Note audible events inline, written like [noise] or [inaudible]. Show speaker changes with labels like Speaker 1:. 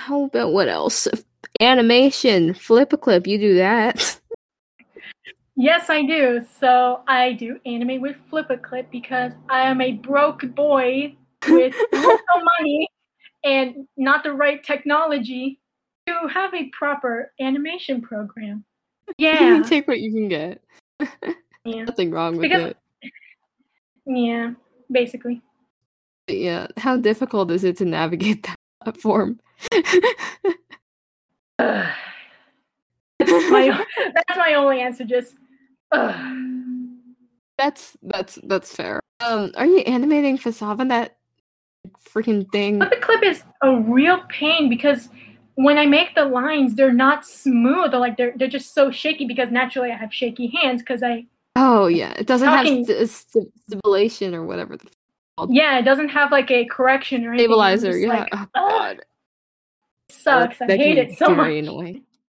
Speaker 1: How about Oh, what else? Animation, flip a clip, you do that. [laughs]
Speaker 2: Yes, I do. So I do anime with flip a clip because I am a broke boy with no money and not the right technology to have a proper animation program. Yeah.
Speaker 1: Take what you can get.
Speaker 2: yeah.
Speaker 1: Nothing wrong with
Speaker 2: Because-
Speaker 1: it.
Speaker 2: Yeah. Basically.
Speaker 1: But yeah. How difficult is it to navigate [laughs] that platform?
Speaker 2: Ugh. That's [laughs] my, that's my only answer. Just. Ugh.
Speaker 1: [laughs] that's that's that's fair. Um, are you animating Fasava that freaking thing?
Speaker 2: But the clip is a real pain because when I make the lines, they're not smooth. They're like they're they're just so shaky because naturally I have shaky hands because I
Speaker 1: Oh yeah, it doesn't
Speaker 2: Talking-
Speaker 1: have st- st- stabilization or whatever. The f-
Speaker 2: yeah it doesn't have like a correction or anything. I'm
Speaker 1: stabilizer,
Speaker 2: just
Speaker 1: yeah.
Speaker 2: like,
Speaker 1: oh
Speaker 2: "Ugh,
Speaker 1: god,
Speaker 2: it sucks. I
Speaker 1: That can
Speaker 2: hate
Speaker 1: be
Speaker 2: it so
Speaker 1: very
Speaker 2: much.
Speaker 1: annoying.